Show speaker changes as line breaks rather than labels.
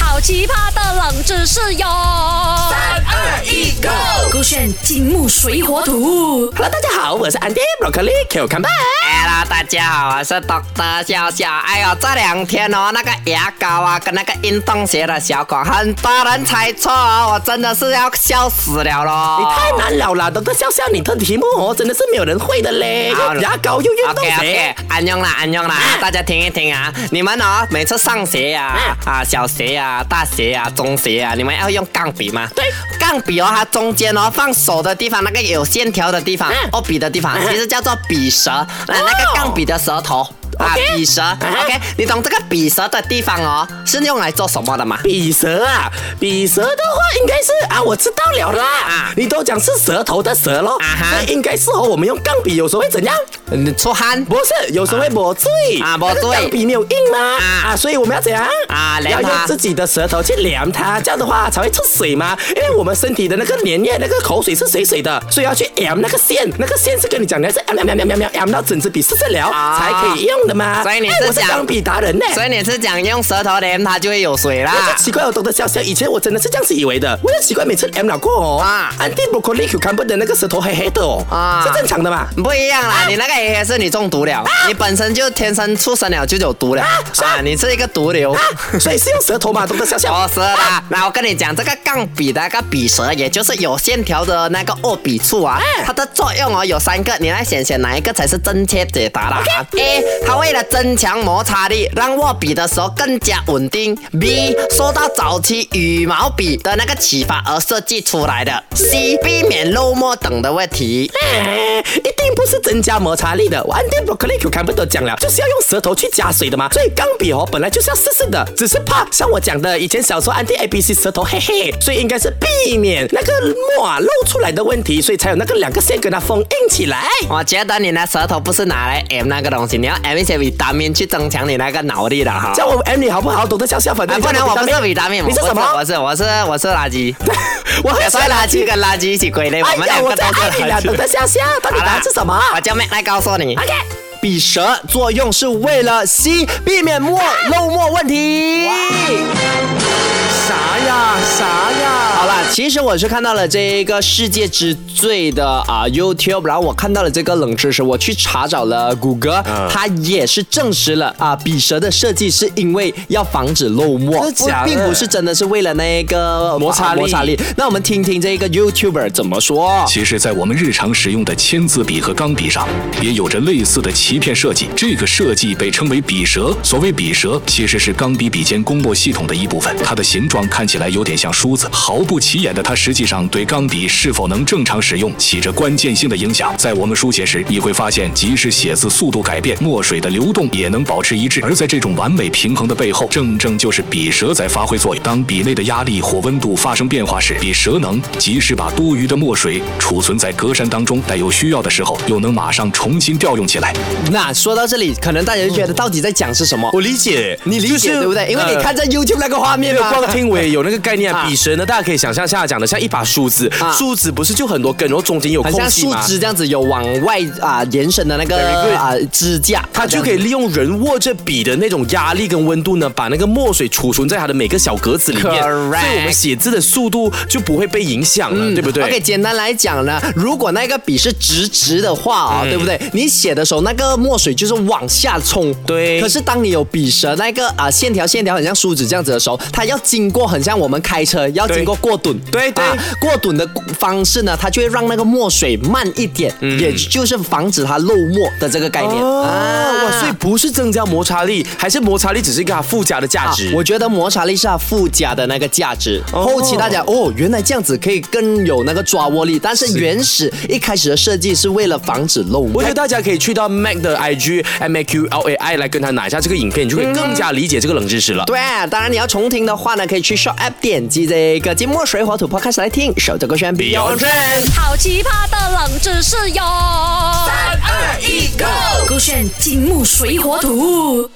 好奇葩的冷知识哟！
三二一，Go！
勾选金木水火土。
Hello，大家好，我是 Andy Broccoli Q c o m b a
Hello，大哎家好，我是 Doctor 笑笑。哎呦，这两天哦，那个牙膏啊，跟那个运动鞋的小款，很多人猜错哦，我真的是要笑死了咯。
你太难了啦，等等笑笑你的题目哦，真的是没有人会的嘞，
好
又牙膏又运动哎鞋
OK OK，。安用啦，安用啦，大家听一听啊！你们哦，每次上学呀、啊，小学呀、大学呀、中学呀、你们要用钢笔吗？
对，
钢笔哦，它中间哦放手的地方，那个有线条的地方
嗯，哦
哦笔的地方，其实叫做笔舌，那那个钢笔的舌头。啊，
OK 嗯
笔舌，OK，你懂这个笔舌的地方哦，是用来做什么的吗？
笔舌啊，笔舌的话应该是啊，我知道了啦。
啊
你都讲是舌头的舌咯，
啊哈
那应该是哦。我们用钢笔有时候会怎样？
嗯出汗
不是，有时候会抹醉
啊抹醉
但是钢笔没有硬吗？
啊
啊，所以我们要怎样？
啊
要
量
用
它
自己的舌头去量它，这样的话才会出水嘛。因为我们身体的那个粘液、那个口水是水水的，所以要去 M 那个线，那个线是跟你讲的是 M M M M M M 到整支笔试试了、
啊
才可以用的嘛。
所以你
哎
是
我是
讲
钢笔达人呢、
所以你是讲用舌头连它就会有水啦。
我就奇怪，我懂得笑笑。以前我真的是这样子以为的，我就奇怪每次 M 老过哦，
啊
啊，anti broccoli cucumber 的那个舌头黑黑的哦，
啊
是正常的嘛？
不一样
啊
啦，你那个也是你中毒了，你本身就天生出生了就有毒了
啊是啊
啊，你是一个毒瘤。
啊，所以是用舌头嘛，懂得笑笑。
哦，是啦，那我跟你讲，这个钢笔的那个笔舌，也就是有线条的那个握笔处啊，它的作用哦有三个，你来选选哪一个才是正确解答啦。A，它为了增强摩擦力，让握笔的时候更加稳定。B，受到早期羽毛笔的那个启发而设计出来的。C，避免漏墨等的问题。
哎 一定不是增加摩擦力的。我 anti broccoli cucumber 都讲了，就是要用舌头去加水的嘛。所以钢笔哦，本来就是要试试的，只是怕像我讲的，以前小时候 anti abc 舌头 嘿嘿，所以应该是避免那个墨啊露出来的问题，所以才有那个两个线跟它封印起来。
我觉得你的舌头不是拿来 M 那个东西，你要 M 一些 vitamin 去增强你那个脑力的哈。
叫我 M 你好不好？懂得笑笑粉，
啊，不能，我不是 vitamin，
你是什么？
我是我是我是垃圾，
我很
也
喜
算
欢
垃圾跟垃圾一起归类，我
哎
们
呀，
两
我
个都
在爱你
是
了，
垃
等
圾。
着笑笑，到底答案是什么
我叫 Mac 来告诉你。
？OK，
笔舌作用是为了吸，避免墨漏墨问题。
啥呀啥呀？
好啦，其实我是看到了这个世界之最的啊 YouTube，然后我看到了这个冷知识，我去查找了谷歌，
嗯
它也是证实了啊，笔舌的设计是因为要防止漏墨，
真的假的
并不是真的是为了那个
摩擦
啊
力
摩擦力。那我们听听这个 YouTuber 怎么说。
其实，在我们日常使用的签字笔和钢笔上，也有着类似的鳍片设计。这个设计被称为笔舌。所谓笔舌，其实是钢笔笔尖公墨系统的一部分。它的形状看起来有点像梳子，毫不起眼的它，实际上对钢笔是否能正常使用起着关键性的影响。在我们书写时，你会发现，即使写字速度改变，墨水的流动也能保持一致。而在这种完美平衡的背后，正正就是笔舌在发挥作用。当笔内的压力或温度发生变化时，笔舌能及时把多余的墨水储存在格栅当中，待有需要的时候，又能马上重新调用起来。
那说到这里，可能大家就觉得到底在讲是什么？
我理解，
你理解、
就是
对不对？因为你
呃
看在 YouTube 那个画面
没
啊
有
嘛
光听我也有那个概念，
啊
笔舌呢，大家可以想象下讲的像一把梳子
啊，
梳子不是就很多根，然后中间有
很
空
像
隙
树
吗？
枝这样子，有往外啊、延伸的那
Very
个
good
啊、支架，
它就可以利用人握着笔的那种压力跟温度呢，把那个墨水储存在它的每个小格子里面
Correct 嗯
所以我们写字的速度就不会被影响了，对不对
OK，简单来讲呢，如果那个笔是直直的话啊、
嗯
对不对？你写的时候，那个墨水就是往下冲。
对
可是当你有笔舌那个啊、线条线条很像梳子这样子的时候，它要经过很像我们开车要
对
经过过墩。
对对
过墩的方式呢，它就会让那个墨水慢一点，也就是防止它漏墨的这个概念。
嗯哦，
啊
哇，所以不是增加摩擦力，还是摩擦力只是一个它附加的价
啊
值。
我觉得摩擦力是它附加的那个价值。后期大家哦，原来这样子可以更有那个抓握力，但是原始一开始的设计是为了防止漏墨
我觉得。大家可以去到 Mac 的 IG M A Q L A I 来跟他拿一下这个影片，你就会更加理解这个冷知识了。
对，当然你要重听的话呢，可以去 s h o p App 点击这个金墨水火土 Podcast 来听，守着歌轩 Beyond。
好奇葩的冷知识哟！三
二一 go。
勾选金木水火土。